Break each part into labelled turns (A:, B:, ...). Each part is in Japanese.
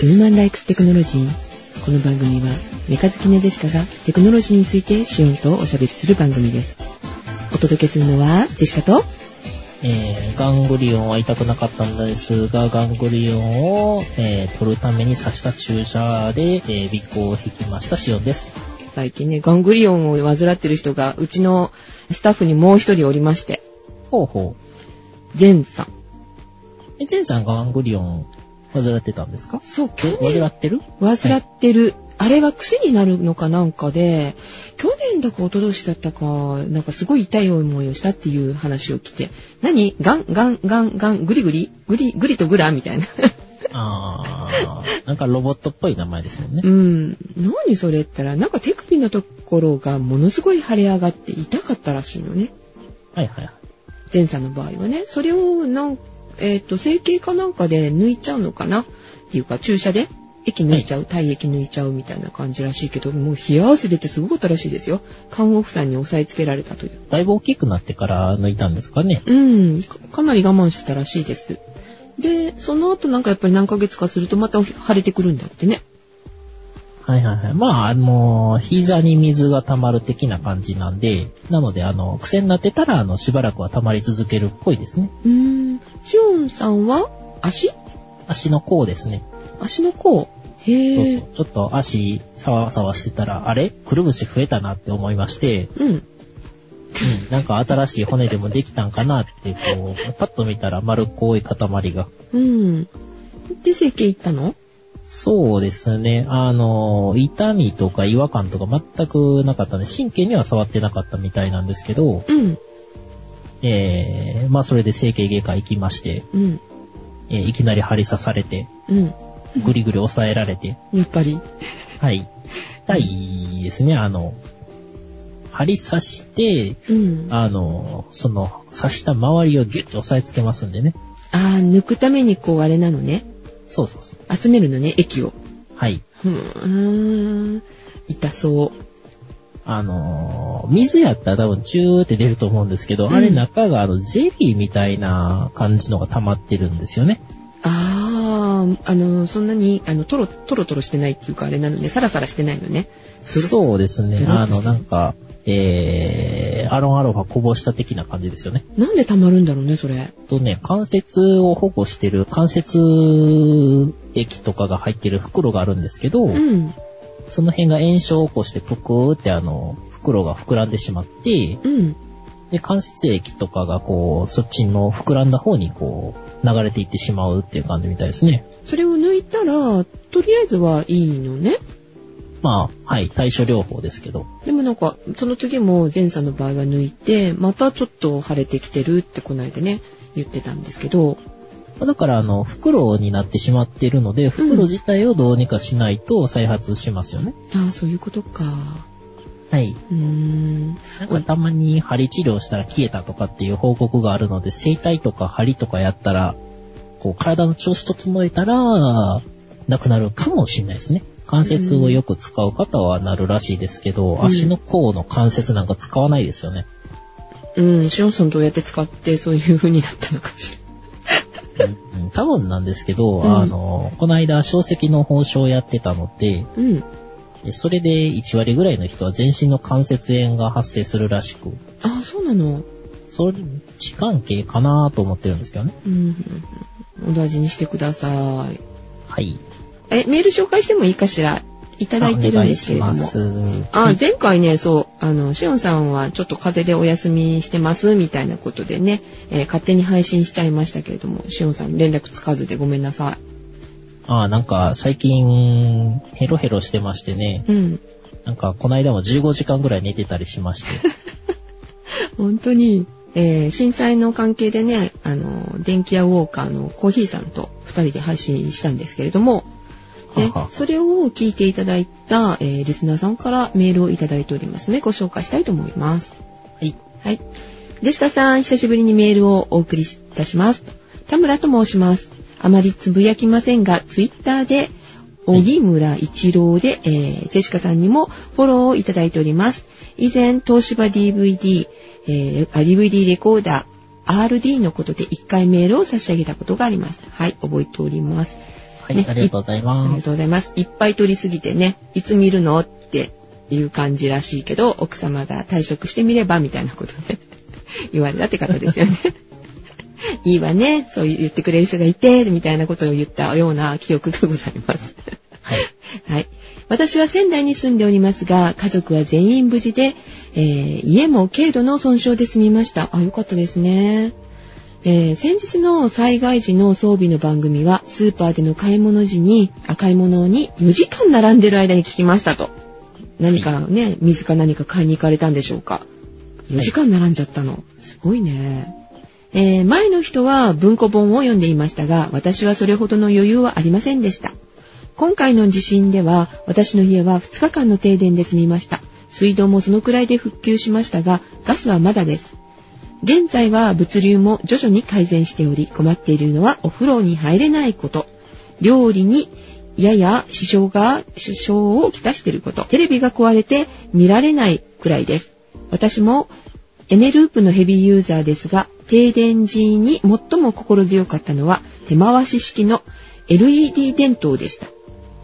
A: ヒューマンライクステクノロジー。この番組は、メカ好きなジェシカがテクノロジーについてシオンとおしゃべりする番組です。お届けするのは、ジェシカと、
B: えーガングリオンは痛くなかったんですが、ガングリオンを、えー取るために刺した注射で、えー、尾行を引きましたシオンです。
A: 最近ね、ガングリオンを患ってる人が、うちのスタッフにもう一人おりまして、
B: ほうほ
A: ゼンさん。
B: う。え、ジェンさんガングリオン、患ってたんですか
A: そう、去
B: え、
A: 年
B: 患ってる
A: 患ってる、あれは癖になるのかなんかで、去年だか一昨年だったか、なんかすごい痛い思いをしたっていう話を聞いて、何ガン、ガン、ガン、ガン、グリグリグリ、グリとグラみたいな。
B: あー、なんかロボットっぽい名前ですもんね
A: う。ん。何それって言ったら、なんか手首のところがものすごい腫れ上がって痛かったらしいのね。
B: はいはいはい。
A: 前さんの場合はね。それを、なん、えっ、と、整形かなんかで抜いちゃうのかなっていうか、注射で液抜いちゃう、体液抜いちゃうみたいな感じらしいけど、もう冷や汗出てすごかったらしいですよ。看護婦さんに押さえつけられたという。
B: だいぶ大きくなってから抜いたんですかね。
A: うん、かかなり我慢してたらしいです。で、その後なんかやっぱり何ヶ月かするとまた腫れてくるんだってね。
B: はいはいはい。まあ、あの、膝に水が溜まる的な感じなんで、なので、あの、癖になってたら、あの、しばらくは溜まり続けるっぽいですね。
A: うーん、シオンさんは足
B: 足の甲ですね。
A: 足の甲
B: そ
A: へえ。
B: うそう。ちょっと足、さわさわしてたら、あれくるぶし増えたなって思いまして、
A: うん。
B: うん、なんか新しい骨でもできたんかなって、こう、パッと見たら丸っこい塊が。
A: うん。で、整形行ったの
B: そうですね。あの、痛みとか違和感とか全くなかったね。神経には触ってなかったみたいなんですけど、
A: うん。
B: えー、まあそれで整形外科行きまして、
A: うん。
B: えーいきなり針刺されて、
A: うん。
B: ぐりぐり押さえられて、
A: やっぱり。
B: はい。痛いですね、あの、針刺して、
A: うん。あ
B: あの、その、刺した周りをギュッと押さえつけますんでね。
A: あー、抜くためにこう、あれなのね。
B: そうそうそう。
A: 集めるのね、液を。
B: はい。
A: うーん。痛そう。
B: あのー、水やったら多分チューって出ると思うんですけど、
A: うん
B: あれ中があの、ゼリーみたいな感じのが溜まってるんですよね。
A: ああ、あの、そんなに、あの、トロ、トロトロしてないっていうか、あれなのね、サラサラしてないのね。
B: そうです
A: ド
B: ね。
A: ロッ
B: あ
A: として
B: の、
A: る
B: なんか、えー、アロンアロファこぼした的な感じですよね。
A: なんで溜まるんだろうね、それ。
B: とね、関節を保護してる関節液とかが入ってる袋があるんですけど、
A: うん。
B: その辺が炎症を起こしてぷくーってあの、袋が膨らんでしまって、
A: うん。
B: で、関節液とかがこう、そっちの膨らんだ方にこう、流れていってしまうっていう感じみたいですね。
A: それを抜いたら、とりあえずはいいのね。
B: まあ、はい、対処療法ですけど。
A: でもなんか、その次も前さんの場合は抜いて、またちょっと腫れてきてるってこの間ね、言ってたんですけど、
B: だから、あの、袋になってしまっているので、袋自体をどうにかしないと再発しますよね。
A: ああ、そういうことか。
B: はい。
A: うーん。
B: なんかたまに針治療したら消えたとかっていう報告があるので、整体とか針とかやったら、こう、体の調子整えたら、なくなるかもしれないですね。関節をよく使う方はなるらしいですけど、
A: ん
B: 足の甲の関節なんか使わないですよね。
A: うん、シオンさんどうやって使ってそういう風になったのかし
B: うんうん多分なんですけど、
A: うん
B: あの、この間、小石の報酬をやってたので、
A: ら。うん。
B: でそれで1割ぐらいの人は全身の関節炎が発生するらしく、
A: ああ、そうなの。
B: それ、時間系かなと思ってるんですけどね。
A: うん。お大事にしてください。
B: はい。
A: え、メール紹介してもいいかしらいただいてるんですけれども。
B: お願いします
A: あ、前回ね、そう、あの、しおんさんはちょっと風邪でお休みしてます、みたいなことでね、えー勝手に配信しちゃいましたけれども、しおんさん連絡つかずでごめんなさ
B: あーなんか最近、ヘロヘロしてましてね。
A: い。うん。
B: なんか、この間も15時間ぐらい寝てたりしまして。
A: 本当に、えー震災の関係でね、あの、電気屋ウォーカーのコーヒーさんと二人で配信したんですけれども、で
B: はは
A: それを聞いていただいた、えーリスナーさんからメールをいただいておりますので、ご紹介したいと思います。
B: はい。
A: はい。ジェシカさん、久しぶりにメールをお送りいたします。田村と申します。あまりつぶやきませんが、ツイッターで、
B: はい
A: 荻村一郎で、えージェシカさんにもフォローをいただいております。以前、東芝 DVD、えーあ DVD レコーダー、RD のことで1回メールを差し上げたことがあります。はい、覚えております。
B: はい、ありがとうござい
A: あり
B: ま
A: が
B: す。
A: とうございます。いっぱい取りすぎてね、いつ見るのっていう感じらしいけど、奥様が退職してみればみたいなことで 言われたって方ですよね。 いいわね、そう言ってくれる人がいて、みたいなことを言ったような記憶がございます。
B: はい。
A: はい。私は仙台に住んでおりますが、家族は全員無事で、えー家も軽度の損傷で済みました。あ、よかったですね。えー先日の災害時の装備の番組は、スーパーでの買い物時に、あ買い物に4時間並んでる間に聞きましたと。何かね、水か何か買いに行かれたんでしょうか。4時間並んじゃったの。すごいね。えー前の人は文庫本を読んでいましたが、私はそれほどの余裕はありませんでした。今回の地震では、私の家は2日間の停電で済みました。水道もそのくらいで復旧しましたが、ガスはまだです。現在は物流も徐々に改善しており、困っているのはお風呂に入れないこと。料理にやや支障が、支障をきたしていること。テレビが壊れて見られないくらいです。私もエネループのヘビーユーザーですが、停電時に最も心強かったのは手回し式の LED 電灯でした。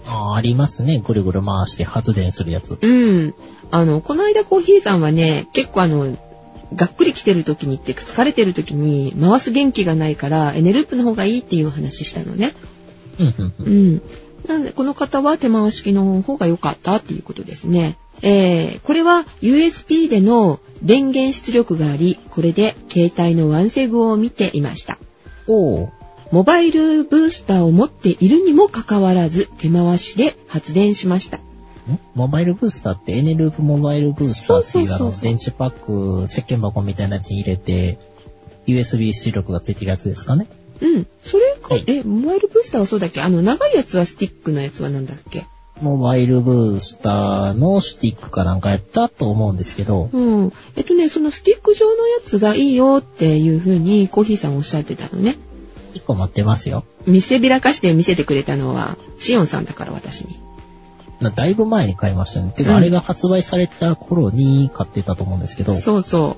B: あーありますね。ぐるぐる回して発電するやつ。
A: うん。あの、この間コーヒーさんはね、結構あの、がっくり来てる時にって、疲れてる時に回す元気がないから、エネループの方がいいっていう話したのね。
B: うんうんう。
A: うんん。なんで、この方は手回し式の方が良かったっていうことですね。えー、これは USB での電源出力があり、これで携帯のワンセグを見ていました。
B: おー
A: モバイルブースターを持っているにもかかわらず、手回しで発電しました。
B: んモバイルブースターってエネループモバイルブースターっていう
A: そう
B: あ
A: そうそう
B: の
A: そう
B: 電池パック、石鹸箱みたいなやつに入れて USB 出力がついてるやつですかね。
A: うん。それか、
B: はい
A: え、モバイルブースターはそうだっけあの、長いやつはスティックのやつはなんだっけ
B: モバイルブースターのスティックかなんかやったと思うんですけど、
A: うん。えっとね、そのスティック状のやつがいいよっていうふうにコーヒーさんおっしゃってたのね。
B: 一個待ってますよ。
A: 見せびらかして見せてくれたのは、シオンさんだから私に。
B: なだいぶ前に買いましたね。てか、
A: うん
B: あれが発売された頃に買ってたと思うんですけど、
A: そうそ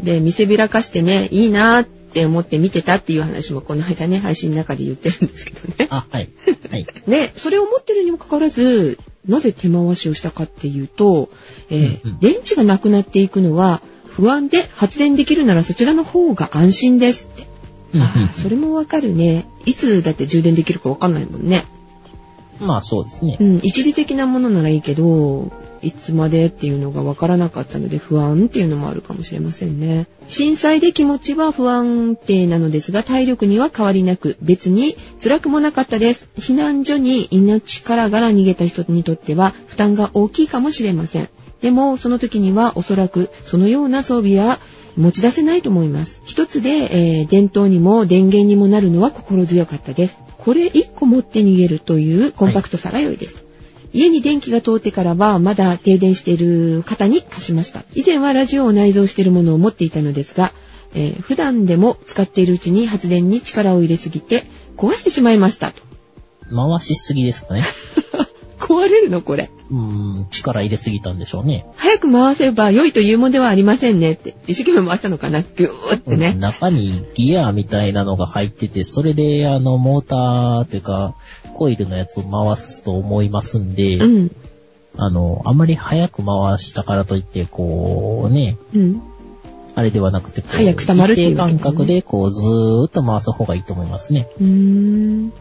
A: う。で、見せびらかしてね、いいなーって思って見てたっていう話もこの間ね、配信の中で言ってるんですけどね。
B: あ、はい。はい。
A: ね、それを持ってるにもかかわらず、なぜ手回しをしたかっていうと、えー
B: うんうん
A: 電池がなくなっていくのは不安で発電できるならそちらの方が安心ですって。ああ、それもわかるね。いつだって充電できるかわかんないもんね。
B: まあそうですね
A: う。ん、一時的なものならいいけど、いつまでっていうのがわからなかったので不安っていうのもあるかもしれませんね。震災で気持ちは不安定なのですが、体力には変わりなく、別に辛くもなかったです。避難所に命からがら逃げた人にとっては負担が大きいかもしれません。でも、その時にはおそらくそのような装備は持ち出せないと思います。一つで、えー伝統にも電源にもなるのは心強かったです。これ一個持って逃げるというコンパクトさが良いです。家に電気が通ってからはまだ停電している方に貸しました。以前はラジオを内蔵しているものを持っていたのですが、えー普段でも使っているうちに発電に力を入れすぎて壊してしまいましたと。
B: 回しすぎですかね。
A: 壊れるのこれ。
B: うーん、力入れすぎたんでしょうね。
A: 早く回せば良いというものではありませんねって。一生懸命回したのかなギューって
B: うん
A: ね。
B: 中にギアみたいなのが入ってて、それであのモーターというか、コイルのやつを回すと思いますんで、
A: うん。
B: あの、あまり早く回したからといって、こうね、
A: うん。
B: あれではなくて、こう
A: 早く溜まるっていう
B: 一定間隔で、こう、ずーっと回す方がいいと思いますね。
A: うーん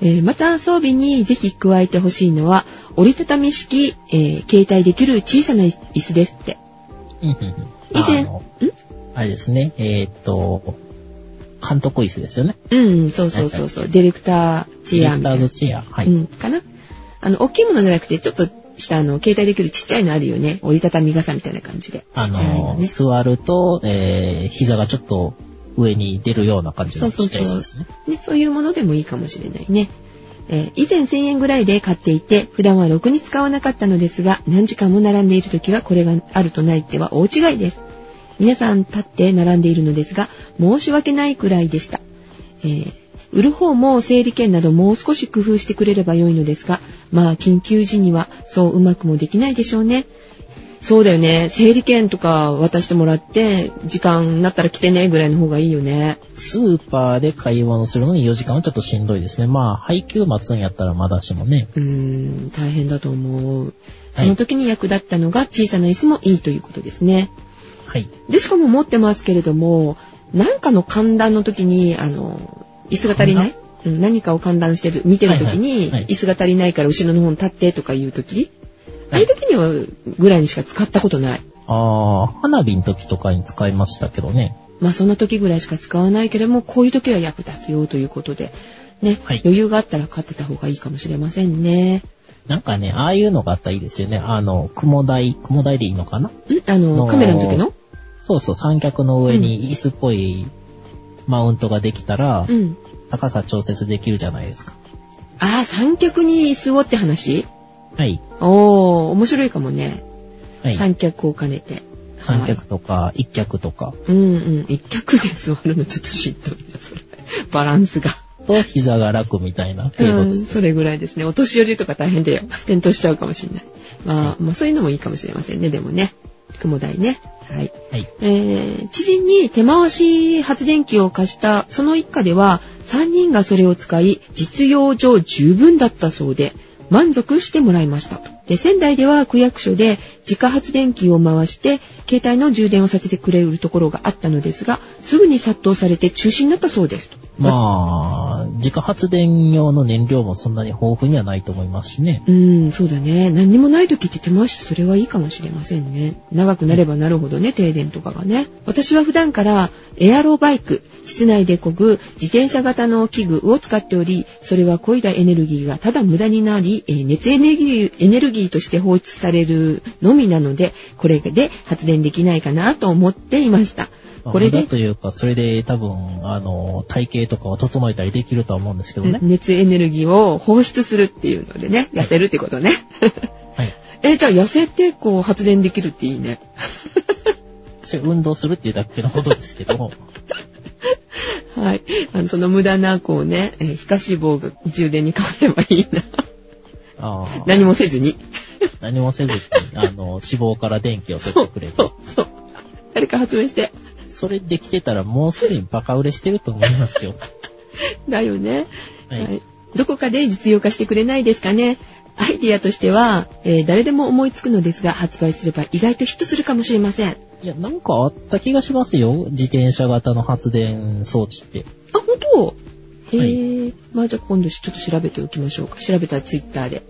A: えーまた装備にぜひ加えてほしいのは折りたたみ式、えー携帯できる小さな椅子ですって。
B: うんうんうん
A: 以前
B: あのあれですね、えーっと、監督椅子ですよね。
A: うん、そうそうそうそう、ディレクターチ
B: ディ
A: ェア
B: レク
A: み
B: タ
A: た
B: ー
A: い
B: ズ
A: な、
B: チェア。は
A: う
B: い。
A: ん、かな。あの大きいものじゃなくてちょっとしたあの携帯できるちっちゃいのあるよね。折りたたみ傘みたいな感じで。
B: あ
A: ちっちゃいの
B: の、
A: ね。
B: 座ると、えー、膝がちょっと上に出るような感じの
A: そう
B: ちっ
A: そ
B: ち
A: う
B: ゃい椅
A: そ
B: 子
A: う
B: ですね。
A: ね、そういうものでもいいかもしれないね。えー以前1000円ぐらいで買っていて、普段はろくに使わなかったのですが、何時間も並んでいる時はこれがあるとないっては大違いです。皆さん立って並んでいるのですが、申し訳ないくらいでした。えー売る方も整理券などもう少し工夫してくれれば良いのですが、まあ緊急時にはそううまくもできないでしょうね。そうだよね。整理券とか渡してもらって、時間になったら来てねぐらいの方がいいよね。
B: スーパーで買い物するのに4時間はちょっとしんどいですね。まあ、配給待つんやったらまだしもね。
A: うーん、大変だと思う。その時に役立ったのが小さな椅子もいいということですね。
B: はい。
A: で、しかも持ってますけれども、なんかの観覧の時に、あの、椅子が足りないうん何かを観覧してる、見てる時
B: はい
A: に、
B: はいはい
A: 椅子が足りないから後ろの方に立ってとかいう時、あ
B: は
A: あい
B: い
A: う時には、ぐらいにしか使ったことない。
B: あー、花火の時とかに使いましたけどね。
A: まあその時ぐらいしか使わないけれども、こういう時は役立つよということで、ね、
B: はい
A: 余裕があったら買ってた方がいいかもしれませんね。
B: なんかね、ああいうのがあったらいいですよね。あの、雲台、雲台でいいのかな
A: うんあの、
B: あー
A: カメラの時の
B: そうそう、三脚の上に椅子っぽいマウントができたら、
A: うん。
B: 高さ調節できるじゃないですか。
A: ああ、三脚に座って話
B: はい。
A: おー、面白いかもね。
B: はい。
A: 三脚を兼ねて。
B: 三
A: は
B: 脚とか、一脚とか、
A: い。うんうん。一脚で座るのちょっとしんどいな、それ。 バランスが。
B: と膝が楽みたいな程
A: う
B: 度
A: ん、
B: です。
A: それぐらいですね。お年寄りとか大変だよ。転倒しちゃうかもしれない。まあ、まあそういうのもいいかもしれませんね、でもね。雲台ね。はい。
B: はい。
A: えー知人に手回し発電機を貸したその一家では3人がそれを使い実用上十分だったそうで満足してもらいましたとで仙台では区役所で自家発電機を回して携帯の充電をさせてくれるところがあったのですがすぐに殺到されて中止になったそうですと、
B: まあ、自家発電用の燃料もそんなに豊富にはないと思いますしね。
A: うーんそうだね何にもない時って手回しそれはいいかもしれませんね長くなればなるほどね停電とかがね私は普段からエアロバイク室内で漕ぐ自転車型の器具を使っておりそれは漕いだエネルギーがただ無駄になり、えー熱エネルギーエネルギーとして放出されるのみなのでこれで発電できないかなと思っていました
B: まあ
A: これ
B: 無
A: で
B: 駄というか、それで多分、あの、体型とかを整えたりできるとは思うんですけどね。
A: 熱エネルギーを放出するっていうのでね痩せるってことね
B: はい。
A: えじゃあ痩せてこう発電できるっていいね
B: それ運動するっていうだけのことですけども。
A: はい。あの、その無駄な、こうね、えー皮下脂肪が充電に変わればいいな。
B: あー
A: 何もせずに。
B: 何もせずに、あの、脂肪から電気を取ってくれ
A: そ
B: て
A: う。、そう。誰か発明して。
B: それできてたらもうすでにバカ売れしてると思いますよ。
A: だよね。
B: はい
A: どこかで実用化してくれないですかね。アイディアとしては、えー誰でも思いつくのですが、発売すれば意外とヒットするかもしれません。あ、
B: いや、なんかあった気がしますよ。自転車型の発電装置って。
A: 本当へえ、
B: は
A: まあじゃあ今度ちょっと調べておきましょうか。調べたらツイッターで。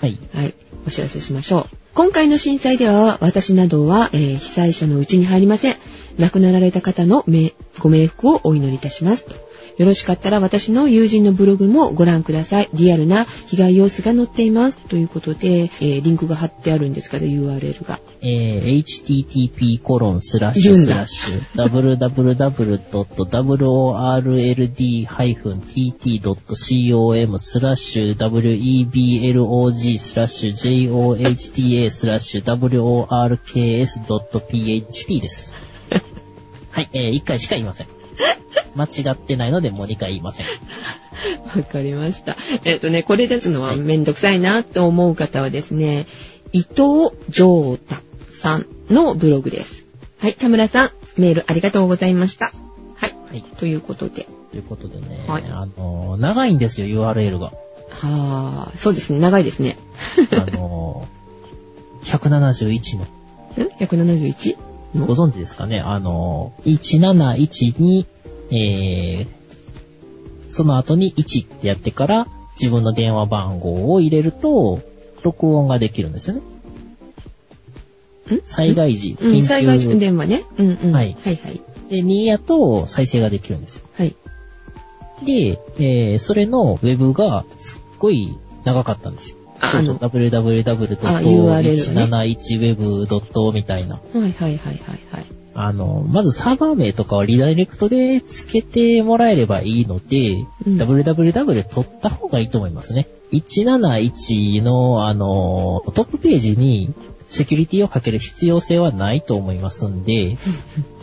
B: はい。
A: はい、お知らせしましょう。今回の震災では、私などは、えー被災者のうちに入りません。亡くなられた方のめご冥福をお祈りいたします。とよろしかったら私の友人のブログもご覧ください。リアルな被害様子が載っています。ということで、えーリンクが貼ってあるんですけど、URL が。
B: えー、http コロンスラッシュ
A: 言うん
B: ス
A: だ
B: ラッシュ www.world-tt.com スラッシュ weblog スラッシュ johta スラッシュ works.php です。はい、えー、1回しか言いません。間違ってないのでもう2回言いません。
A: わかりました。えっ、とね、これ出すのは
B: はい
A: めんどくさいなと思う方はですね、伊藤城太さんのブログです。はい、田村さん、メールありがとうございました。はい、
B: はい。
A: ということで。
B: ということでね、
A: はい
B: あのー、長いんですよ、URL が。
A: はあ、そうですね、長いですね。
B: あのー、171の。
A: ん ?171? の
B: ご存知ですかねあの、171に、えー、その後に1ってやってから自分の電話番号を入れると、録音ができるんですよね。災害時、
A: うん、災害
B: で。
A: 電話ね。うんうん。
B: はい
A: はいはい。
B: で、2やと再生ができるんですよ。
A: はい。
B: で、えー、それのウェブがすっごい長かったんですよ。
A: ああの、は
B: www.171web. みたいな。
A: いはいはいはいはい。
B: あの、まずサーバー名とかはリダイレクトで付けてもらえればいいので、
A: うん
B: www で取った方がいいと思いますね。171の、あの、トップページに、セキュリティをかける必要性はないと思いますんで、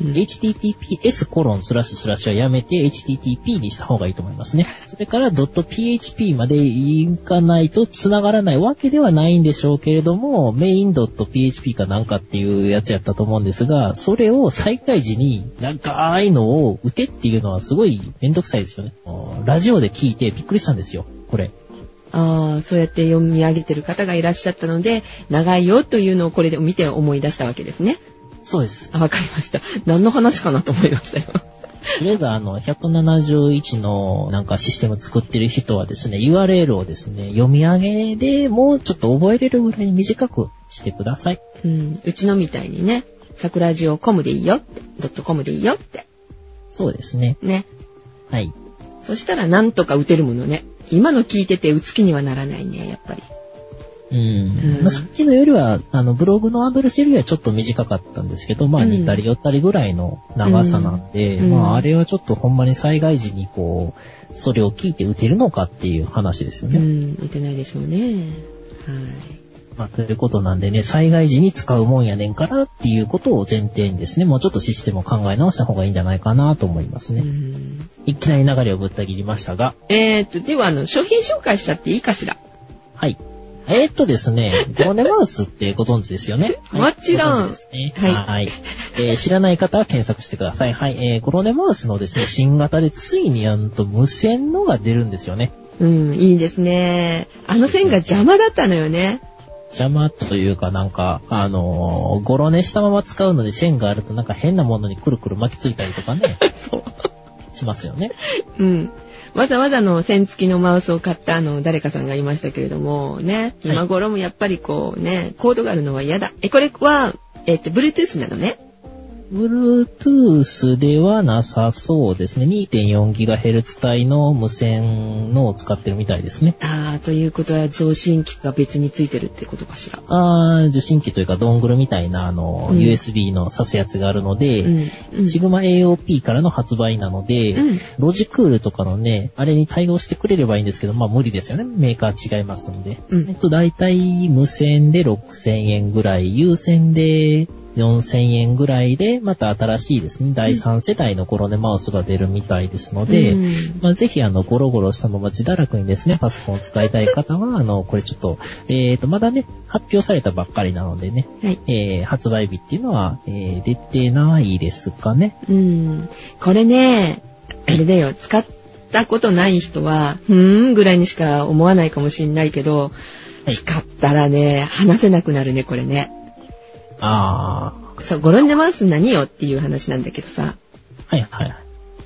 B: https コロンスラッシュスラッシュはやめて http にした方がいいと思いますね。それから .php まで行かないと繋がらないわけではないんでしょうけれども、メイン .php かなんかっていうやつやったと思うんですが、それを再開時に長いのを打てっていうのはすごいめんどくさいですよね。ラジオで聞いてびっくりしたんですよ、これ。
A: ああ、そうやって読み上げてる方がいらっしゃったので、長いよというのをこれで見て思い出したわけですね。
B: そうです。
A: あわかりました。何の話かなと思いましたよ。
B: とりあえずあの、171のなんかシステム作ってる人はですね、URL をですね、読み上げでもうちょっと覚えれるぐらいに短くしてください。
A: うん、うちのみたいにね、桜ジオコムでいいよって、ドットコムでいいよって、
B: そうですね。
A: ね。
B: はい。
A: そしたらなんとか打てるものね。今の聞いててうつきにはならないね、やっぱり。
B: うん
A: うん。
B: まあ、さっきのよりは、あの、ブログのアドレスよりはちょっと短かったんですけど、まあ、
A: うん
B: 似たり寄ったりぐらいの長さなんで、
A: うん
B: まあ、あれはちょっとほんまに災害時にこう、それを聞いて打てるのかっていう話ですよ
A: う
B: ね。
A: ん、打てないでしょうね。は
B: まあ、ということなんでね、災害時に使うもんやねんからっていうことを前提にですね、もうちょっとシステムを考え直した方がいいんじゃないかなと思います
A: い。う
B: ね。
A: ん、
B: いきなり流れをぶった切りましたが、
A: えーと、では、あの、商品紹介しちゃっていいかしら。
B: はい。えーっとですね、ゴーネマウスってご存知ですよね。
A: もちろん
B: ご存知ですね
A: はい
B: はい。えー知らない方は検索してください。はい。えー、ゴロネマウスのですね、新型でついにあのと無線のが出るんですよね。
A: うん、いいですね。あの線が邪魔だったのよね。
B: 邪魔というかなんか、あのーゴロネしたまま使うのに線があるとなんか変なものにくるくる巻きついたりとかね、
A: そう。
B: しますよね。
A: うん。わざわざの線付きのマウスを買ったあの誰かさんがいましたけれどもね、
B: はい
A: 今頃もやっぱりこうね、コードがあるのは嫌だ。え、これは、えっ、と、Bluetooth なのね。
B: Bluetooth ではなさそうですね。2.4GHz 帯の無線のを使ってるみたいですね。
A: あー、ということは増進機が別についてるってことかしら。
B: あー受信機というかドングルみたいな、あの、
A: うん
B: USB の挿すやつがあるの
A: う
B: で、
A: ん。うん。
B: シグマ AOP からの発売なので、
A: うん
B: ロジクールとかのね、あれに対応してくれればいいんですけど、まあ無理ですよね。メーカー違いますんで。
A: うん
B: えっと、だいたい無線で6000円ぐらい、有線で4000円ぐらいで、また新しいですね、第3世代のコロネマウスが出るみたいですので、
A: うん
B: まあ、ぜひ、あの、ゴロゴロしたまま自堕落にですね、パソコンを使いたい方は、あの、これちょっと、えーと、まだね、発表されたばっかりなのでね、
A: はい。
B: えー、発売日っていうのは、えー、出てないですかね。
A: うん。これね、あれだよ、使ったことない人は、ふーんぐらいにしか思わないかもしんないけど、
B: はい
A: 使ったらね、話せなくなるね、これね。
B: あ
A: そう、ゴロンデマウス何よっていう話なんだけどさ。
B: ー、はいはいはい。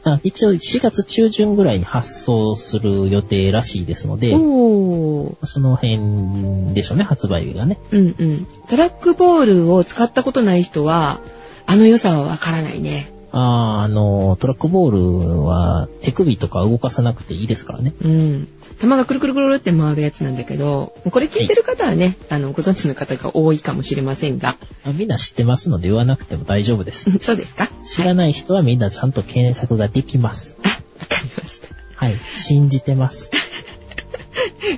B: あ一応、4月中旬ぐらいに発送する予定らしいですので、
A: おー。
B: その辺でしょうね、発売日がね。
A: うんうん。トラックボールを使ったことない人は、あの良さはわからないね。
B: あー、あの、トラックボールは手首とか動かさなくていいですからね。
A: うん。玉がくるくるくるって回るやつなんだけど、これ聞いてる方はね、あの、ご存知の方が多いかもしれませんが、
B: あみんな知ってますので言わなくても大丈夫です
A: う。んそうですか
B: 知らない人はみんなちゃんと検索ができます。
A: あ、わかりました。
B: はい。信じてます。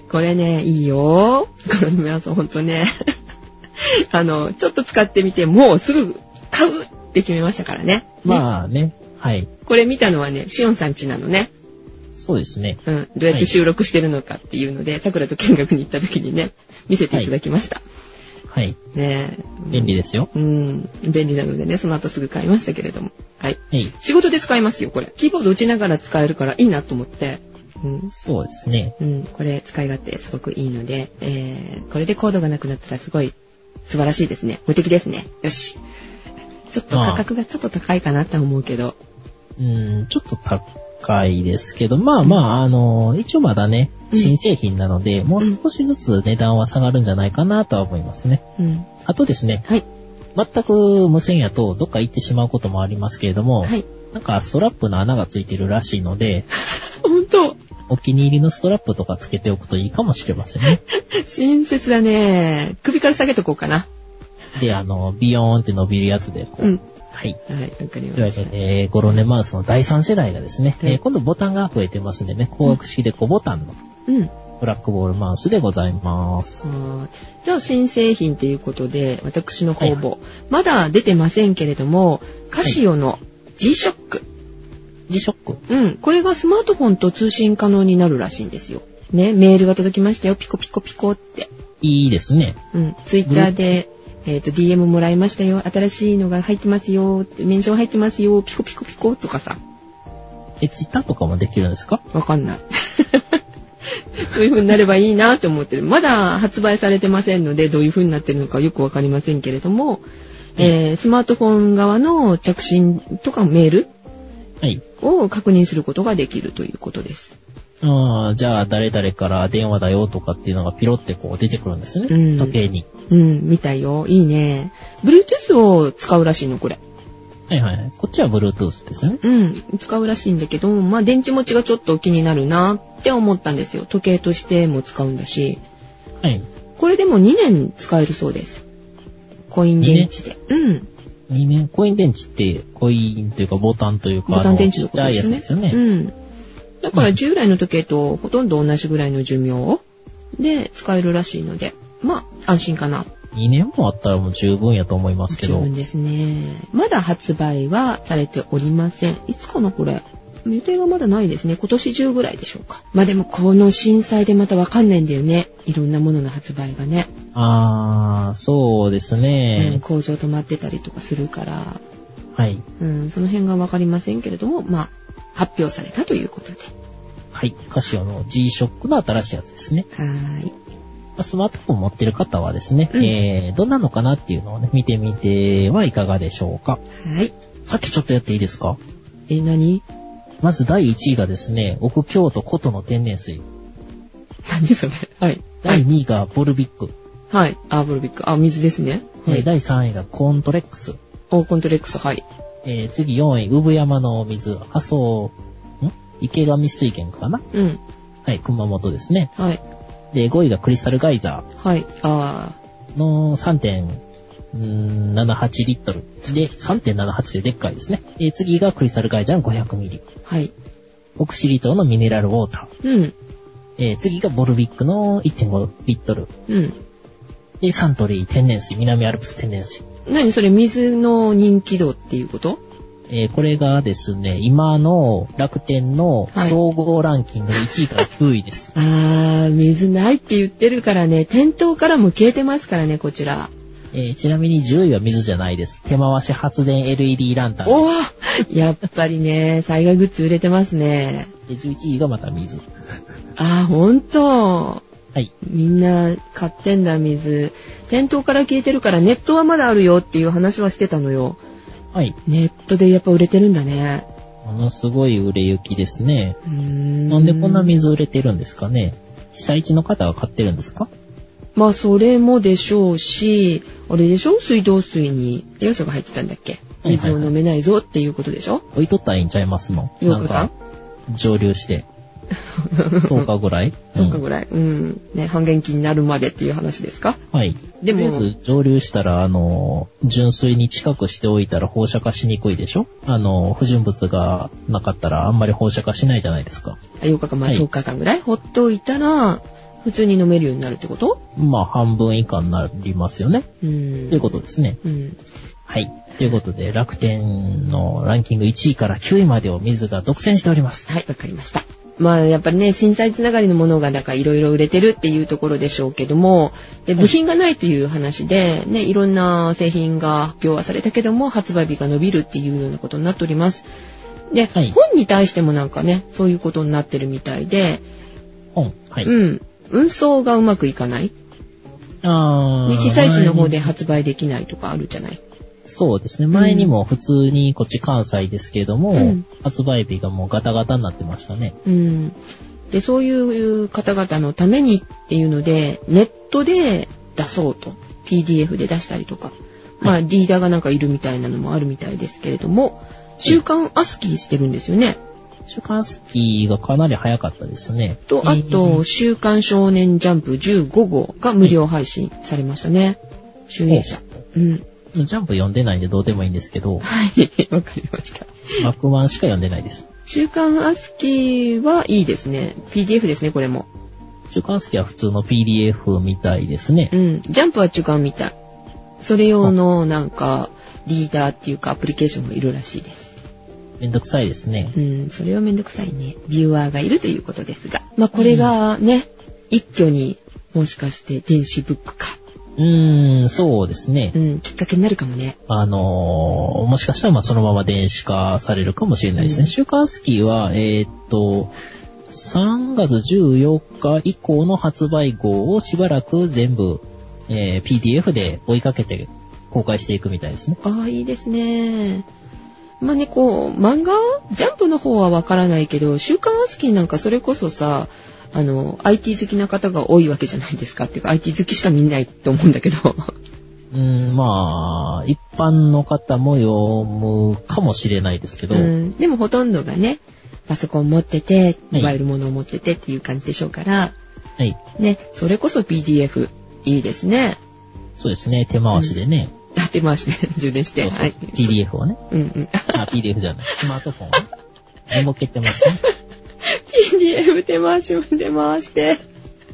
A: これね、いいよ。これ皆さんほんとね。 あの、ちょっと使ってみて、もうすぐ買うって決めましたからね。ね
B: まあね。はい。
A: これ見たのはね、しおんさんちなのね。
B: そうですね。
A: うん。どうやって収録してるのかっていうので、桜と見学に行った時にね、見せていただきました。
B: はい。
A: ねえ。
B: 便利ですよ。
A: うん。便利なのでね、その後すぐ買いましたけれども。はい。
B: はい。
A: 仕事で使いますよ、これ。キーボード打ちながら使えるからいいなと思って。うん。
B: そうですね。
A: うん、これ使い勝手すごくいいので、えー、これでコードがなくなったらすごい素晴らしいですね。無敵ですね。よし。ちょっと価格がちょっと高いかなとは思うけど。
B: うん、ちょっと高いですけど、まあまあ、あの、一応まだね、
A: うん
B: 新製品なので、もう少しずつ値段は下がるんじゃないかなとは思いますね。
A: うん。
B: あとですね、
A: はい。
B: 全く無線やとどっか行ってしまうこともありますけれども、
A: はい。
B: なんかストラップの穴がついてるらしいので、
A: 本当
B: お気に入りのストラップとかつけておくといいかもしれませんね。
A: 親切だね。首から下げとこうかな。
B: で、あの、ビヨーンって伸びるやつで、こう。
A: うん。
B: はい。
A: はい、わかり
B: という
A: ま
B: わ
A: し
B: け
A: た。
B: で、えーゴロネマウスの第3世代がですね、
A: うん
B: えー今度ボタンが増えてますんでね、光学式でこうボタンの
A: うん。
B: ブラックボールマウスでございます。
A: はいじゃあ新製品ということで、私の方々、
B: は
A: まだ出てませんけれども、カシオの G-SHOCK。
B: G-SHOCK。
A: うん、これがスマートフォンと通信可能になるらしいんですよ。ね、メールが届きましたよ、ピコピコピコって。
B: いいですね。
A: うん、ツイッターで、えっ、と、DM もらいましたよ、新しいのが入ってますよ、メンション入ってますよ、ピコピコピコとかさ、
B: え、ツイッターとかもできるんですか
A: わかんない。 そういう風になればいいなって思ってる。まだ発売されてませんので、どういう風になってるのかよくわかりませんけれども、えースマートフォン側の着信とかメール
B: はい。
A: を確認することができるということです。
B: ああ、じゃあ、誰々から電話だよとかっていうのがピロってこう出てくるんですね。
A: うん
B: 時計に。
A: うん、みたいよ。いいね。Bluetooth を使うらしいの、これ。
B: はいはいはい。こっちは Bluetooth ですよね。
A: うん、使うらしいんだけど、まあ、電池持ちがちょっと気になるなって思ったんですよ。時計としても使うんだし。
B: はい。
A: これでも2年使えるそうです。コイン電池で。うん。
B: 2年、コイン電池って、コインというかボタンというか、
A: ボタン電池
B: あ
A: の
B: のちっ
A: こ
B: ち
A: と
B: ゃ
A: で
B: いや
A: す
B: つ
A: ね。
B: ですよね。
A: うん。だから
B: うん
A: 従来の時計とほとんど同じぐらいの寿命で使えるらしいので、まあ、安心かな。
B: 2年もあったらもう十分やと思いますけ
A: 十
B: ど。
A: 分ですね。まだ発売はされておりません。いつかな、これ。予定がまだないですね。今年中ぐらいでしょうか。まあでも、この震災でまたわかんないんだよね。いろんなものの発売がね。
B: あー、そうです
A: うん
B: ね。
A: 工場止まってたりとかするから、
B: はい。
A: うん、その辺がわかりませんけれども、まあ、発表されたということで。
B: はい。カシオの G-SHOCK の新しいやつですね。
A: はーい。
B: まあスマートフォン持ってる方はですね、
A: うん
B: えー、どんなのかなっていうのをね、見てみてはいかがでしょうか。
A: はい。
B: さっきちょっとやっていいですか
A: え、何
B: まず第1位がですね、奥京都琴の天然水。
A: 何それはい。は
B: 第
A: い。
B: 2位がボルビック。
A: はい。アーブルビック。あ、水ですね。は
B: えー
A: い。
B: 第3位がコントレックス。
A: オーコントレックス、はい。
B: えー次4位、産山のお水。阿蘇、ん池上水源かな
A: うん。
B: はい、熊本ですね。
A: はい。
B: で、5位がクリスタルガイザ
A: はい。あー。
B: ーの3.78リットル。で、3.78ででっかいですね。えー次がクリスタルガイザーの500ミリ。
A: はい。
B: 奥尻島のミネラルウォータ
A: うん。
B: ー。えー次がボルビックの1.5リットル。
A: うん。
B: で、サントリー天然水、南アルプス天然水。
A: 何それ水の人気度っていうこと
B: えーこれがですね、今の楽天の
A: はい
B: 総合ランキング1位から9位です。
A: あー、水ないって言ってるからね、店頭からも消えてますからね、こちら。
B: えーちなみに10位は水じゃないです。手回し発電 LED ランタン
A: おーやっぱりね、災害グッズ売れてますね。
B: です。で11位がまた水。
A: あー、ほんと。
B: はい。
A: みんな買ってんだ、水。店頭から消えてるから、ネットはまだあるよっていう話はしてたのよ。
B: はい。
A: ネットでやっぱ売れてるんだね。
B: ものすごい売れ行きですね。
A: うーん
B: なんでこんな水売れてるんですかね被災地の方は買ってるんですか
A: まあ、それもでしょうし、あれでしょ水道水に栄養素が入ってたんだっけ
B: はいはいはい
A: 水を飲めないぞっていうことでしょ
B: 置いとったらいいんちゃいますの
A: よ
B: なん
A: く
B: か
A: か、
B: 蒸 留して。10日ぐらい
A: ?10 日
B: うん
A: ぐらい。うん。ね、半減期になるまでっていう話ですか
B: はい。
A: でも
B: とりあえず蒸留したら、あの、純水に近くしておいたら放射化しにくいでしょあの、不純物がなかったらあんまり放射化しないじゃないですか。
A: ?8 日間、まあ
B: はい
A: 10日間ぐらいほっておいたら、普通に飲めるようになるってこと
B: まあ、半分以下になりますよね。
A: うん。
B: ということですね。
A: うん。
B: はい。ということで、楽天のランキング1位から9位までを水が独占しております。
A: はい、わかりました。まあ、やっぱりね、震災つながりのものが、なんかいろいろ売れてるっていうところでしょうけども、で部品がないという話で、ね、いろんな製品が発表はされたけども、発売日が伸びるっていうようなことになっております。で、
B: はい
A: 本に対してもなんかね、そういうことになってるみたいで、
B: 本。はい。
A: うん、運送がうまくいかない。
B: あ
A: で
B: ー
A: 被災地の方で発売できないとかあるじゃない。
B: そうですね。前にも普通にこっち関西ですけれども、
A: うん
B: 発売日がもうガタガタになってましたね。
A: うん。で、そういう方々のためにっていうので、ネットで出そうと。PDF で出したりとか。まあ、リーダーがなんかいるみたいなのもあるみたいですけれども、週刊アスキーしてるんですよね。
B: 週刊スキーがかなり早かったですね。
A: と、あ
B: え
A: と、
B: ー
A: 週刊少年ジャンプ15号が無料配信されましたね。集英社。うん。
B: ジャンプ読んでないんでどうでもいいんですけ
A: は
B: ど、
A: い、 わかりました。
B: バックマンしか読んでないです。
A: 週刊アスキーはいいですね。PDF ですね、これも。
B: 週中間式は普通の PDF みたいですね
A: う。ん。ジャンプは違うみたい。それ用の、なんか、リーダーっていうかアプリケーションもいるらしいです。
B: めんどくさいですね。
A: うん、それはめんどくさいね。ビューアーがいるということですが。まあ、これがね、一挙にもしかして電子ブック化、
B: うーん、そうですね
A: う。ん、きっかけになるかもね。
B: あのーもしかしたらまあそのまま電子化されるかもしれないですね。
A: うん
B: 週刊スキーは、えーっと、3月14日以降の発売号をしばらく全部、えー PDF で追いかけて公開していくみたいですね。
A: ああ、いいですね。まあね、こう、漫画ジャンプの方はわからないけど、週刊アスキーなんかそれこそさ、あの、IT 好きな方が多いわけじゃないですか。っていうか、IT 好きしか見ないと思うんだけど。
B: うん、まあ、一般の方も読むかもしれないですけど、
A: うん、でもほとんどがね、パソコン持ってて、
B: はい
A: モバイルものを持っててっていう感じでしょうから、
B: はい。
A: ね、それこそ PDF、いいですね。
B: そうですね、手回しでね、
A: やってまして、充電して。
B: そうそう
A: はい。
B: PDF をね、
A: うんうん。
B: あ、PDF じゃない、 スマートフォンをね、に向けてますね。
A: PDF 手回しも手回して。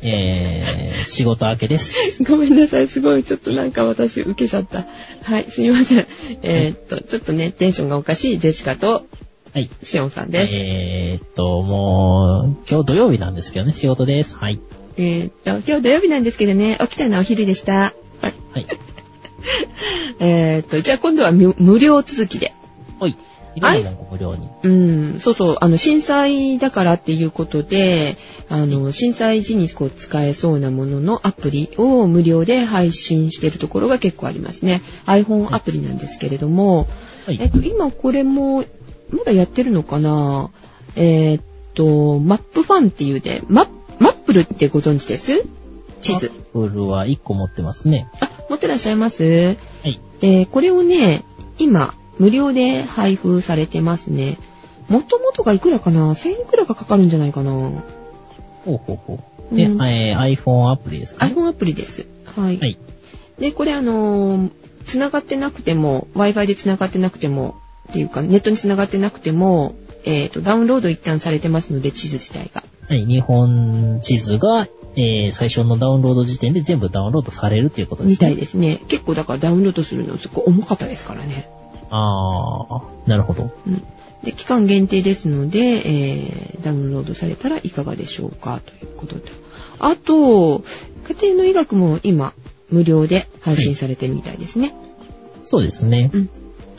B: えー、仕事明けです。
A: ごめんなさい、すごい、ちょっとなんか私受けちゃった。はい、すみません。えーっと、ちょっとね、テンションがおかしいジェシカと
B: はい。
A: シオンさんです。
B: えーっと、もう、今日土曜日なんですけどね、仕事です。はい。
A: えーっと、今日土曜日なんですけどね、起きたのはお昼でした。はい。
B: はい。
A: えーっと、じゃあ今度は無無料続きで。
B: おい。今のも無料に。
A: うん、そうそう、あの、震災だからっていうことで、あの、震災時にこう使えそうなもののアプリを無料で配信してるところが結構ありますね。iPhone アプリなんですけれども、
B: はい。
A: えっと、今これも、まだやってるのかなえーっと、マップファンっていうで、マッマップルってご存知です地図。
B: アップルは1個持ってますね。
A: あ、持ってらっしゃいます
B: はい。
A: で、これをね、今、無料で配布されてますね。もともとがいくらかな ?1000 いくらかかかるんじゃないかな
B: ほうほうほう。で、
A: うん
B: えー iPhone アプリですか、ね、
A: ?iPhone アプリです。はい。
B: はい。
A: で、これあのー、繋がってなくても、Wi-Fi で繋がってなくても、っていうか、ネットに繋がってなくても、えっ、と、ダウンロード一旦されてますので、地図自体が。
B: はい。日本地図が、えー、最初のダウンロード時点で全部ダウンロードされるっていうことで
A: み
B: すね。
A: たいですね。結構だからダウンロードするのすごい重かったですからね。
B: あー、なるほど。
A: うん。で、期間限定ですので、えー、ダウンロードされたらいかがでしょうかということと。あと、家庭の医学も今、無料で配信されてるみたいですね。
B: そうですね。
A: うん。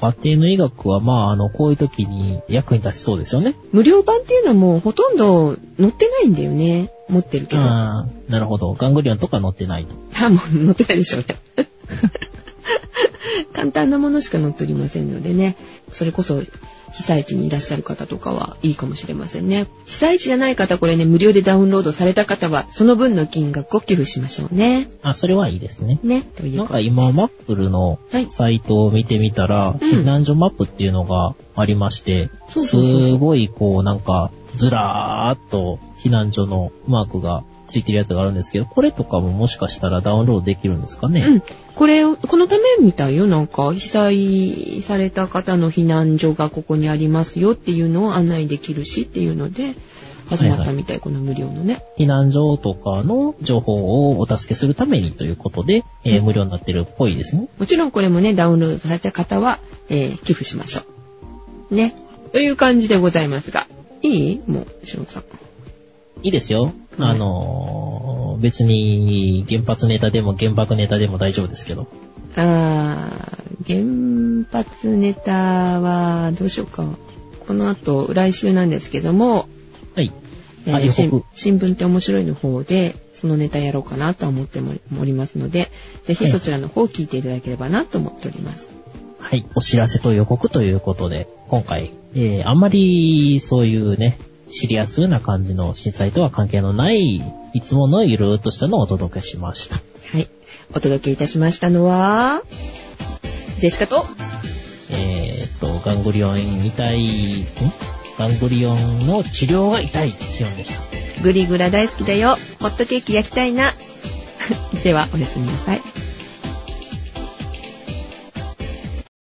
B: 家庭の医学は、まあ、あの、こういう時に役に立ちそうですよね。
A: 無料版っていうのはもうほとんど載ってないんだよね。持ってるけど。あ、
B: あー、なるほど。ガングリオンとか載ってないと。
A: もう載ってないでしょう ね。簡単なものしか載っておりませんのでね。それこそ、被災地にいらっしゃる方とかはいいかもしれませんね。被災地じゃない方、これね、無料でダウンロードされた方は、その分の金額を寄付しましょうね。
B: あ、それはいいですね。
A: ね。という
B: なん
A: こと
B: か今、マップルの
A: はい
B: サイトを見てみたら、避難所マップっていうのがありまして、
A: そうそうそうそう
B: すごいこうなんか、ずらーっと避難所のマークがついてるやつがあるんですけど、これとかももしかしたらダウンロードできるんですかね。
A: うん。これを、このためみたいよ。なんか、被災された方の避難所がここにありますよっていうのを案内できるしっていうので、始まったみたい、この無料のね。
B: 避難所とかの情報をお助けするためにということで、えー無料になってるっぽいですね。
A: もちろんこれもね、ダウンロードされた方は、えー寄付しましょう。ね。という感じでございますが。いいもう、しのさん。
B: いいですよ。
A: うん
B: あのー別に原発ネタでも原爆ネタでも大丈夫ですけど。
A: あー、原発ネタは、どうしようか。この後、来週なんですけども、
B: はい。
A: えー
B: あ予告
A: 新新聞って面白いの方で、そのネタやろうかなとは思ってもおりますので、ぜひそちらの方を聞いていただければなと思っております。
B: はい、お知らせと予告ということで、今回、えー、あんまりそういうね、シリアスな感じの震災とは関係のない、いつものゆるーっとしたのをお届けしました。
A: はい。お届けいたしましたのは、ジェシカと、
B: えー、っと、ガングリオン痛い、んガングリオンの治療が痛いシオンでし た。
A: グリグラ大好きだよ。ホットケーキ焼きたいな。では、おやすみなさい。